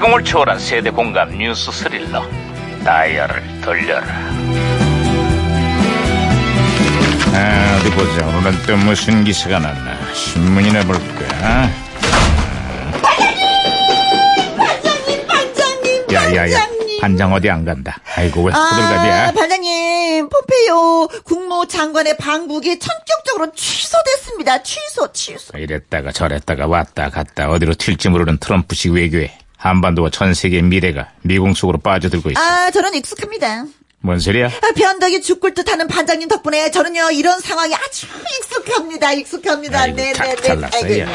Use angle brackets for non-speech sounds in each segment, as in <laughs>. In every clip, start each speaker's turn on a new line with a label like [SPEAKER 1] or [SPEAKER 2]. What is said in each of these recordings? [SPEAKER 1] 감성을 초월한 세대 공감 뉴스 스릴러 다이얼을 돌려라 아, 어디 보자 오늘은 또 무슨 기사가 났나 신문이나 볼까
[SPEAKER 2] 반장님,
[SPEAKER 1] 야야야
[SPEAKER 2] 반장님.
[SPEAKER 1] 반장 어디 안 간다 아이고 왜 호들갑이야
[SPEAKER 2] 아, 반장님, 포페요 국무장관의 방북이 천격적으로 취소됐습니다. 취소, 취소.
[SPEAKER 1] 이랬다가 저랬다가 왔다 갔다 어디로 튈지 모르는 트럼프식 외교에 한반도와 전 세계의 미래가 미궁 속으로 빠져들고 있어
[SPEAKER 2] 아, 저는 익숙합니다.
[SPEAKER 1] 뭔 소리야
[SPEAKER 2] 아, 변덕이 죽을 듯 하는 반장님 덕분에 저는요, 이런 상황이 아주 익숙합니다. 익숙합니다.
[SPEAKER 1] 아이고
[SPEAKER 2] 네, 네,
[SPEAKER 1] 탁
[SPEAKER 2] 네.
[SPEAKER 1] 잘났어 야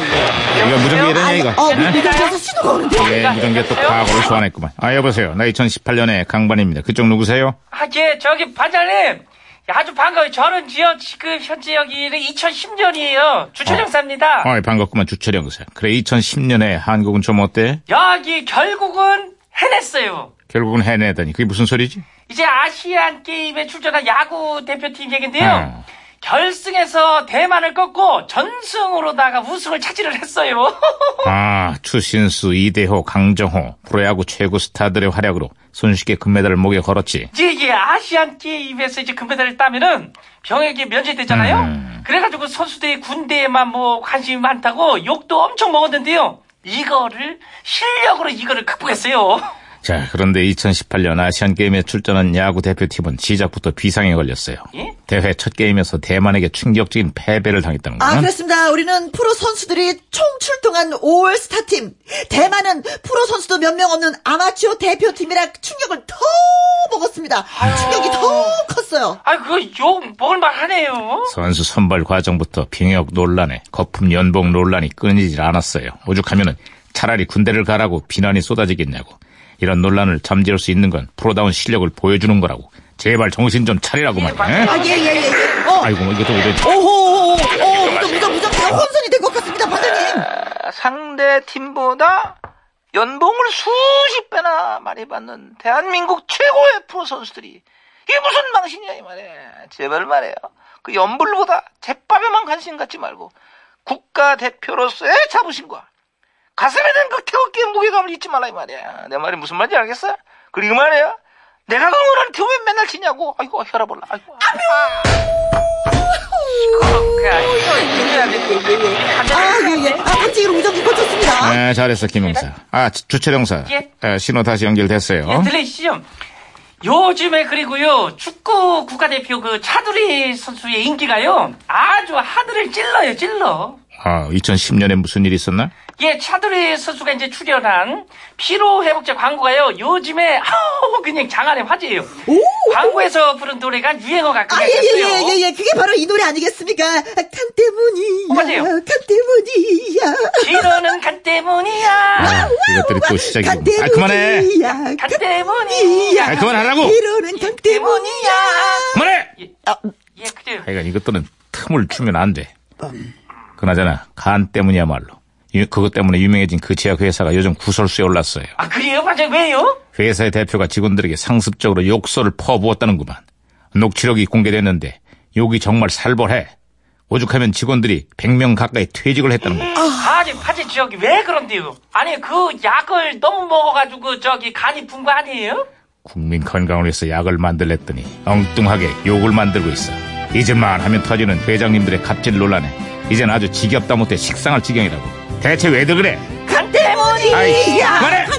[SPEAKER 1] 이거 무전기 이러냐 이거 아.
[SPEAKER 2] 어, 무전기에서 신호가 오는데.
[SPEAKER 1] 예, 무전기 또 과거를 소환했구만 아 여보세요 나 2018년에 강반입니다 그쪽 누구세요
[SPEAKER 3] 아, 예, 저기 반장님. 아주 반가워요. 저는 지금 지금 현재 여기는 2010년이에요. 주차장사입니다.
[SPEAKER 1] 아, 어이 반갑구만 주철영사 그래 2010년에 한국은 좀 어때
[SPEAKER 3] 여기 결국은 해냈어요.
[SPEAKER 1] 결국은 해내다니 그게 무슨 소리지
[SPEAKER 3] 이제 아시안 게임에 출전한 야구 대표팀 얘긴데요.
[SPEAKER 1] 음.
[SPEAKER 3] 결승에서 대만을 꺾고 전승으로다가 우승을 차지를 했어요. <laughs>
[SPEAKER 1] 아, 추신수, 이대호, 강정호, 프로야구 최고 스타들의 활약으로 손쉽게 금메달을 목에 걸었지.
[SPEAKER 3] 이제 이게 아시안 게임에서 이제 금메달을 따면은 병역이 면제되잖아요.
[SPEAKER 1] 음.
[SPEAKER 3] 그래가지고 선수들이 군대에만 뭐 관심이 많다고 욕도 엄청 먹었는데요. 이거를 실력으로 이거를 극복했어요. <laughs>
[SPEAKER 1] 자, 그런데 2018년 아시안게임에 출전한 야구 대표팀은 시작부터 비상에 걸렸어요.
[SPEAKER 3] 예?
[SPEAKER 1] 대회 첫 게임에서 대만에게 충격적인 패배를 당했다는 건
[SPEAKER 2] 아, 그렇습니다. 우리는 프로 선수들이 총 출동한 올스타 팀. 대만은 프로 선수도 몇 명 없는 아마추어 대표팀이라 충격을 더 먹었습니다. 충격이 더 컸어요.
[SPEAKER 3] 아 그거 욕 먹을 만하네요.
[SPEAKER 1] 선수 선발 과정부터 빙역 논란에 거품 연봉 논란이 끊이질 않았어요. 오죽하면은 차라리 군대를 가라고 비난이 쏟아지겠냐고. 이런 논란을 잠재울 수 있는 건 프로다운 실력을 보여주는 거라고. 제발 정신 좀 차리라고 말이야. 예?
[SPEAKER 2] 아, 예, 예, 예. 예. 어,
[SPEAKER 1] 아이고, 이것도 이래.
[SPEAKER 2] 오호, 오, 오, 무적, 무적, 무적, 제가 혼선이 된 것 같습니다, 반장님.
[SPEAKER 4] 상대 팀보다 연봉을 수십 배나 많이 받는 대한민국 최고의 프로 선수들이 이게 무슨 망신이야 이 말이야 제발 말해요 그 연불보다 제밥에만 관심 갖지 말고 국가대표로서의 자부심과 가슴에 든 그 태극기의 무게감을 잊지 말라 이 말이야 내 말이 무슨 말인지 알겠어? 그리고 말이야 내가 응원하는 팀 왜 맨날 지냐고 아이고 혈압 올라 아이고
[SPEAKER 2] 아, 예, 예. 아, 갑자기 무적이 꽂혔습니다.
[SPEAKER 1] 네, 잘했어, 김용사. 아, 주철영사.
[SPEAKER 3] 예.
[SPEAKER 1] 아, 신호 다시 연결됐어요.
[SPEAKER 3] 예, 들리시죠? 요즘에 그리고요 축구 국가대표 그 차두리 선수의 인기가요 아주 하늘을 찔러요 찔러.
[SPEAKER 1] 아, 2010년에 무슨 일이 있었나?
[SPEAKER 3] 예, 차두리 선수가 이제 출연한 피로회복제 광고가요, 요즘에, 아우, 그냥 장안의 화제예요. 광고에서 부른 노래가 유행어가
[SPEAKER 2] 아, 예,
[SPEAKER 3] 그냥
[SPEAKER 2] 예,
[SPEAKER 3] 됐어요.
[SPEAKER 2] 예, 예, 예. 그게 바로 이 노래 아니겠습니까? 아, 칸
[SPEAKER 3] 어,
[SPEAKER 2] 때문이야.
[SPEAKER 3] 맞아요.
[SPEAKER 2] 칸 때문이야.
[SPEAKER 3] 진호는 간 때문이야.
[SPEAKER 1] 아, 이것들이 또 시작이군.
[SPEAKER 2] 칸
[SPEAKER 1] 아, 그만해!
[SPEAKER 2] 때문이야.
[SPEAKER 3] 간 때문이야.
[SPEAKER 1] 아, 그만하라고!
[SPEAKER 2] 이러는 칸 때문이야.
[SPEAKER 1] 그만해!
[SPEAKER 2] 아, 음.
[SPEAKER 3] 예, 그래요.
[SPEAKER 1] 하여간 이것들은 틈을 주면 안 돼. 그나저나, 간 때문이야말로. 유- 그것 때문에 유명해진 그 제약회사가 요즘 구설수에 올랐어요.
[SPEAKER 3] 아, 그래요? 맞아요. 왜요?
[SPEAKER 1] 회사의 대표가 직원들에게 상습적으로 욕설을 퍼부었다는구만. 녹취록이 공개됐는데, 욕이 정말 살벌해. 오죽하면 직원들이 100명 가까이 퇴직을 했다는 거야.
[SPEAKER 3] 아, 니 화제 지역이 왜 그런데요? 아니, 그 약을 너무 먹어가지고 저기 간이 분 거 아니에요?
[SPEAKER 1] 국민 건강을 위해서 약을 만들랬더니 엉뚱하게 욕을 만들고 있어. 이제만 하면 터지는 회장님들의 갑질 논란에 이젠 아주 지겹다 못해 식상할 지경이라고. 대체 왜들 그래?
[SPEAKER 3] 간 때문이야.
[SPEAKER 1] 아이, 그만해!